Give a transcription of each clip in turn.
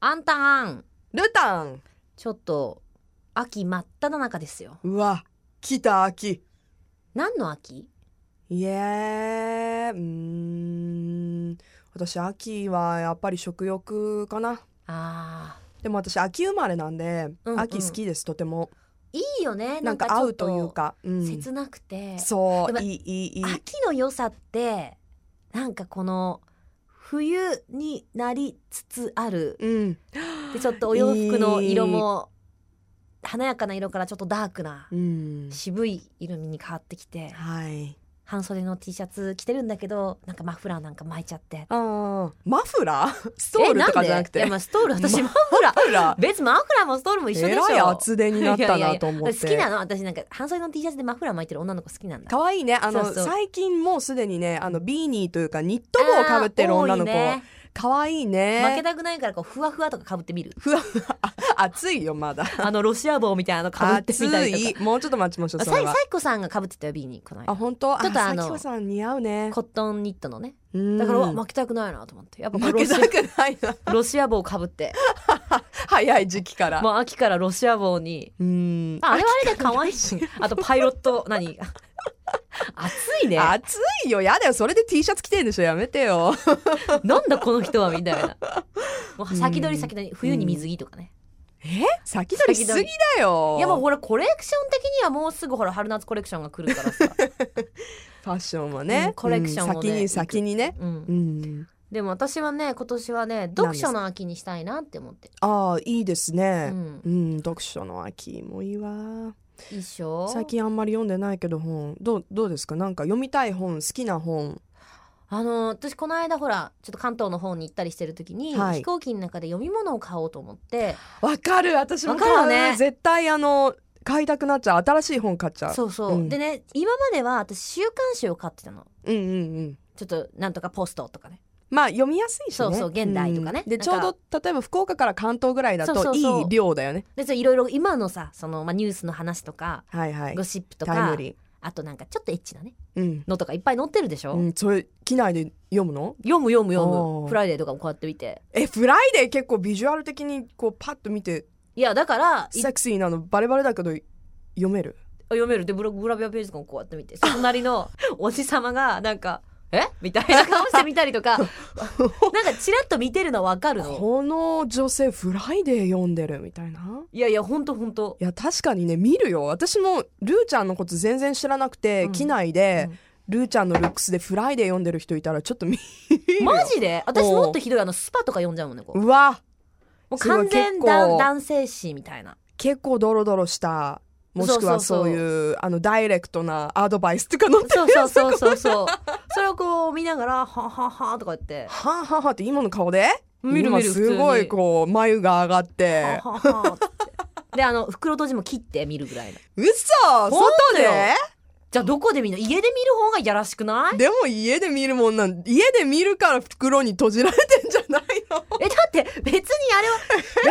あんたんルタンちょっと秋真っ只中ですようわ来た秋何の秋いえうーん私秋はやっぱり食欲かなあでも私秋生まれなんで、うんうん秋好きですとてもーいいよねなんか合うというちょっか、うんと切なくて、そでもういいいいいい秋の良さってなんかこの冬になりつつあるうんでちょっとお洋服の色も華やかな色からちょっとダークなうん渋い色味に変わってきてはい半袖の T シャツ着てるんだけどなんかマフラーなんか巻いちゃってあーマフラーストールとかじゃなくえてんでいやまあストール私マフラーマフラ別にマフラーもストールもー一緒でしょえらい厚手になっい たやいやいなやと思って好きなの私なんか半袖の T シャツでマフラー巻いてる女の子好きなんだ可愛いねあのそうそう最近もうすでにねあのビーニーというかニット帽をかぶってる女の子あー多いね可愛い負けねたくないからこうふわふわとかかぶってみるふわふわあ 暑い よまだあのロシア帽みたいなのかぶって暑みたりとかいもうちょっと待ちましょうあそされいはさいこさんがかぶってたよビーニーこのあ間本当ちょっとあのさきこさん似合うねコットンニットのねだだから、うわ負けたくないなと思ってやっぱこれロ負けシたくな いなアロシア帽かぶって早い時期からもう秋からロシア帽 にうんああれはあれで可愛いしあとパイロット何 暑いね暑いよやだよそれで T シャツ着てんでしょやめて よなんだこの人はみたい なもう先取りうん先取り冬に水着とかねえ先取りしすぎだよいやもうほらコレクション的にはもうすぐほら春夏コレクションが来るからさ、ファッションもね、うんコレクションもね うん先に先にねうんうんでも私はね今年はね読書の秋にしたいなって思ってああいいですうね、んうん読書の秋もいいわ一緒最近あんまり読んでないけど本どうどうですかなんか読みたい本好きな本あの私この間ほらちょっと関東の方に行ったりしてる時に、はい飛行機の中で読み物を買おうと思ってわかる私も買わかう、るね絶対あの買いたくなっちゃう新しい本買っちゃうそうそう、うんでね今までは私週刊誌を買ってたのうんうんうんちょっとなんとかポストとかねまあ読みやすいしねそうそう現代とかねうんでなんちかょうど例えば福岡から関東ぐらいだそうそとうそういい量だよねでいろいろ今のさその、まあ、ニュースの話とかはいはいゴシップとタイかムリあとなんかちょっとエッチなねーうん、のとかいっぱい載ってるでしょ、うん、それ機内で読むの読む読む読おむーフライデーとかもこうやって見てえフライデー結構ビジュアル的にこうパッと見ていやだからいセクシーなのバレバレだけど読める読めるでブロググラビアページとかもこうやって見 てその隣のおじさまがなんか「えみたいな顔してみたりと かなんかちらっと見てるの分かるのこの女性フライデー読んでるみたいないやいやほんとほんと。いや確かにね見るよ私もルーちゃんのこと全然知らなくて、うん機内で、うんルーちゃんのルックスでフライデー読んでる人いたらちょっと見るマジで私おうもっとひどいあのスパとか読んじゃうもんねこ ううわもうすごい完全結構男男性誌みたいな結構ドロドロしたもしくはそうそそうそうういうあのダイレクトなアドバイスとか 載ってそうるそうやつとかそうそ うそうそれをこう見ながら「はんはんはん」とか言ってはんはんはんって今の顔で見る今見るすご普い通にこう眉が上がっ「はんてはんはん」ってであの袋閉じも切って見るぐらいの嘘当外よでじゃあどこで見るの家で見る方がいやらしくないでも家で見るもんなん家で見るから袋に閉じられてんじゃないのえだって別にあ れは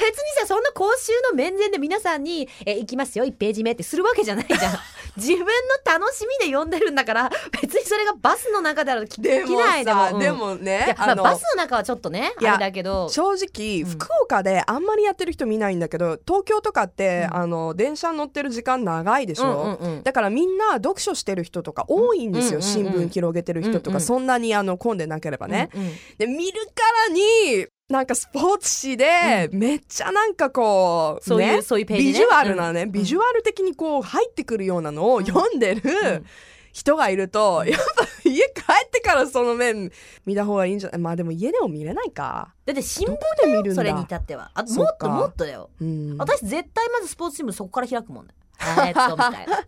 別にさそんな講習の面前で皆さんに「え行きますよ1ページ目」ってするわけじゃないじ ゃん自分の楽しみで読んでるんだから別にそれがバスの中である機 で機も内でもさ、うんでもねいや、まあ、バスの中はちょっとねいやあれだけど正直、うん福岡であんまりやってる人見ないんだけど東京とかって、うんあの電車乗ってる時間長いでしょ、うんうんうんだからみんな読書してる人とか多いんですよ、うんうんうん新聞広げてる人とうんか、うんそんなにあの混んでなければね、うんうんで見るからになんかスポーツ誌で、めっちゃなんかこうそういう、ねそういうページ、ね、ビジュアルなね、うんビジュアル的にこう入ってくるようなのを読んでる、うん人がいると、やっぱ家帰ってからその面見た方がいいんじゃないまあでも家でも見れないか。だって新ど聞こで見るんだそれに至ってはあそもっっかともっとだよ、うん、私絶対まずスポーツチームそこから開くもんねえーっとみたいな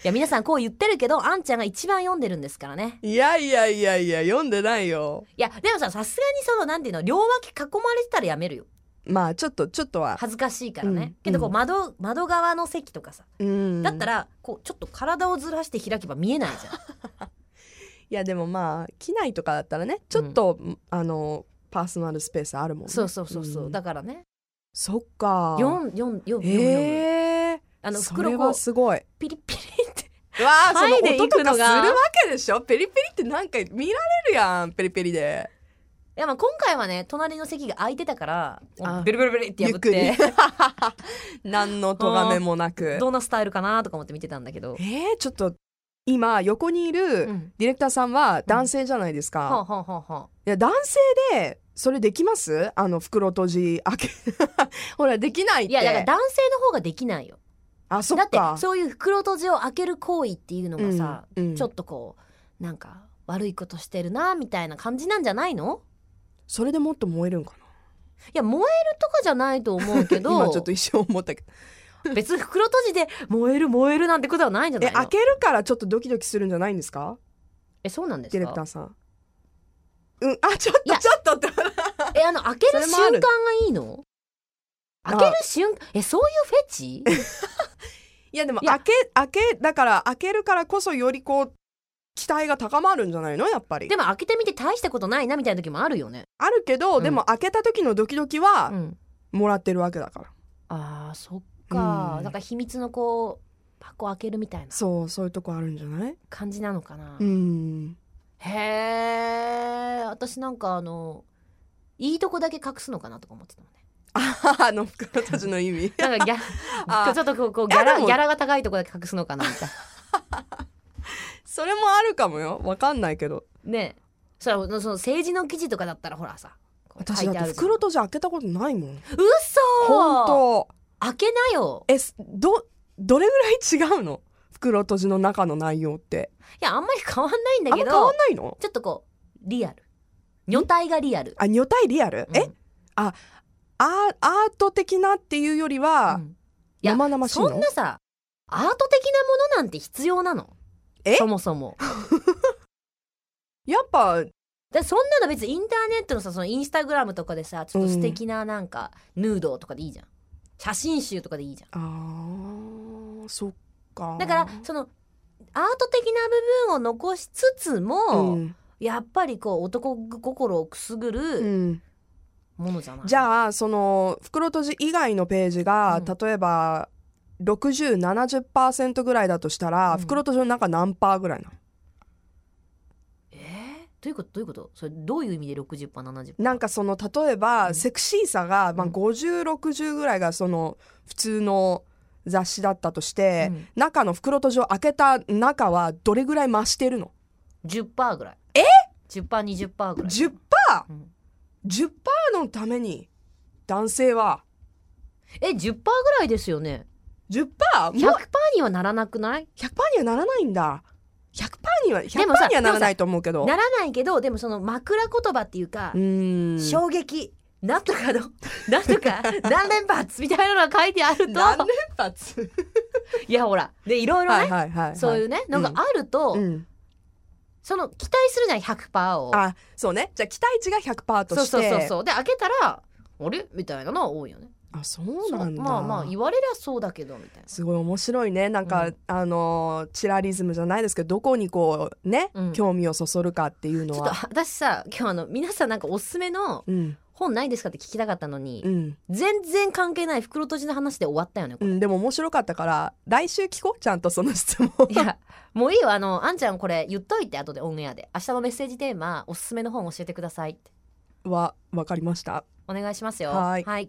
いや皆さんこう言ってるけどあんちゃんが一番読んでるんですからねいやいやいやいや読んでないよいやでもささすがにそのなんていうの両脇囲まれてたらやめるよまあちょっとちょっとは、恥ずかしいからね、うんけどこううん窓窓側の席とかさうん、だったららこうちょっと体をずらして開けば見えないじゃん いやでもまあ機内とかだったらねちょっと、あのパーソナルスペースあるもんねそうそうそうそう、んだからねそっか読ん読ん読む読む読む、えー、あのそれ袋こはうすごいピリピリ ってわあその嗅いでい音くとのがかするわけでしょペリペリってなんか見られるやんペリペリでやまあ今回はね隣の席が空いてたからあベルベルベルってゆ破っっくりて 何の咎めもなくどんなスタイルかなとか思って見てたんだけどえ、ー、ちょっと今横にいうるん、ディレクターさんは男性じゃないですはあか、はあはあはあいや男性でそれできますあの袋閉じ開け ほらできないっていやだから男性の方ができないよあそだっってかそういう袋閉じを開ける行為っていうのがさ、うんうんちょっとこうなんか悪いことしてるなみたいな感じなんじゃないのそれでもっと燃えるんかないや燃えるとかじゃないと思うけど 今ちょっと一瞬思ったけど別に袋閉じで燃える燃えるなんてことはないんじゃなえいの開けるからちょっとドキドキするんじゃないんですかえそうなんでデすィレクかターさんうんあちょっいとやちょっとって えあの開けるそれ瞬もあ間るがいいのあ開ける瞬間えそういうフェチ いやでもいや開け開けだから開けるからこそよりこう期待が高まるんじゃないのやっぱりでも開けてみて大したことないなみたいな時もあるよね、あるけど、うんでも開けた時のドキドキうはん、もらってるわけだから、あーそっか、うんなんか秘密のこう箱開けるみたいなそうそういうとこあるんじゃない感じなのかな、うんへえ私なんかあのいいとこだけ隠すのかなとか思ってたもんねああの袋閉じの意味なんかギャあちょっとこうこういギやャラでギもャラが高いとこだけ隠すのかなみたいそれもあるかもよわかんないけどなねえそれその政治の記事とかだったらほらさこう書私いだってあてるじゃん袋閉じ開けたことないもんうそ本当開けなよえすどどれぐらい違うの袋閉じの中の内容っていやあんまり変わんないんだあんまけ変わどんないのちょっとこうリアル女体がリアルあ女体リアル、えうんアーアート的なっていうよりは、うんいや生々しいそんのなさアート的なものなんて必要なのえそもそもやっぱだそんなの別にインターネットのさそのインスタグラムとかでさちょっと素敵ななんかヌードとかでいいじゃん写真集とかでいいじゃんあーそっかだからそのアート的な部分を残しつつも、うんやっぱりこう男心をくすぐうるん、ものじゃない、じゃあその袋閉じ以外のページが、うん例えば6070%ぐらいだとしたら、うん袋閉じの中何パーぐらいなのえー、どういうことどういうことそれどういう意味で60%パー70%パーなんかその例えば、うんセクシーさが、まあ、うん5060ぐらいがその普通の雑誌だったとして、うん中の袋閉じを開けた中はどれぐらい増してるの10%パーぐらいえ ?10%20% パー20%ぐらい、 10%10% うんのために男性はえ10%パーぐらいですよね 10%? 100%もうパーにはならなくない100%にはならないんだ100%にはでもさ100%にはならないと思うけどならないけどでもその枕言葉っていうか、うーん衝撃なんとかの なんと か何連発みたいなのが書いてあると何連発いやほらでいろいろね、はいはいはい、はい、そういうねのがあると、うんその期待するじゃん100%をあそうねじゃあ期待値が100%とそうしてそうそうそうで開けたらあれみたいなのは多いよねあそうなんだそうまあまあ言われりゃそうだけどみたいすごい面白いねなんか、うんあのーチラリズムじゃないですけどどこにこうね、うん興味をそそるかっていうなのちょっとは私さ今日あの皆さんなんかおすすめのうん本ないですかって聞きたかったのに、うん、全然関係ない袋閉じの話で終わったよねこうれ、ん、でも面白かったから来週聞こうちゃんとその質問いやもういいよあのあんちゃんこれ言っといて後でオンエアで明日のメッセージテーマおすすめの本教えてくださいっては分かりましたお願いしますよはいはい、